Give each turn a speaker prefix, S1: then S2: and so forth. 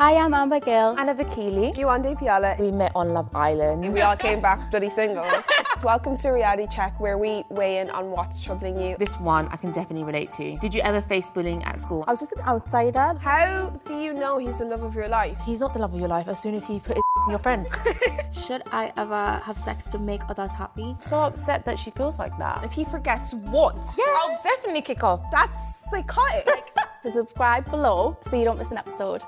S1: Hi, I'm Amber Gill.
S2: Anna Vakili.
S3: You Andy Piala.
S2: We met on Love Island.
S3: We all came back bloody single. Welcome to Reality Check, where we weigh in on what's troubling you.
S4: This one I can definitely relate to. Did you ever face bullying at school?
S2: I was just an outsider.
S3: How do you know he's the love of your life?
S2: He's not the love of your life as soon as he put his in your friend.
S1: Should I ever have sex to make others happy?
S2: so upset that she feels like that.
S3: If he forgets once,
S2: Yeah, I'll definitely kick off.
S3: that's psychotic.
S1: So subscribe below so you don't miss an episode.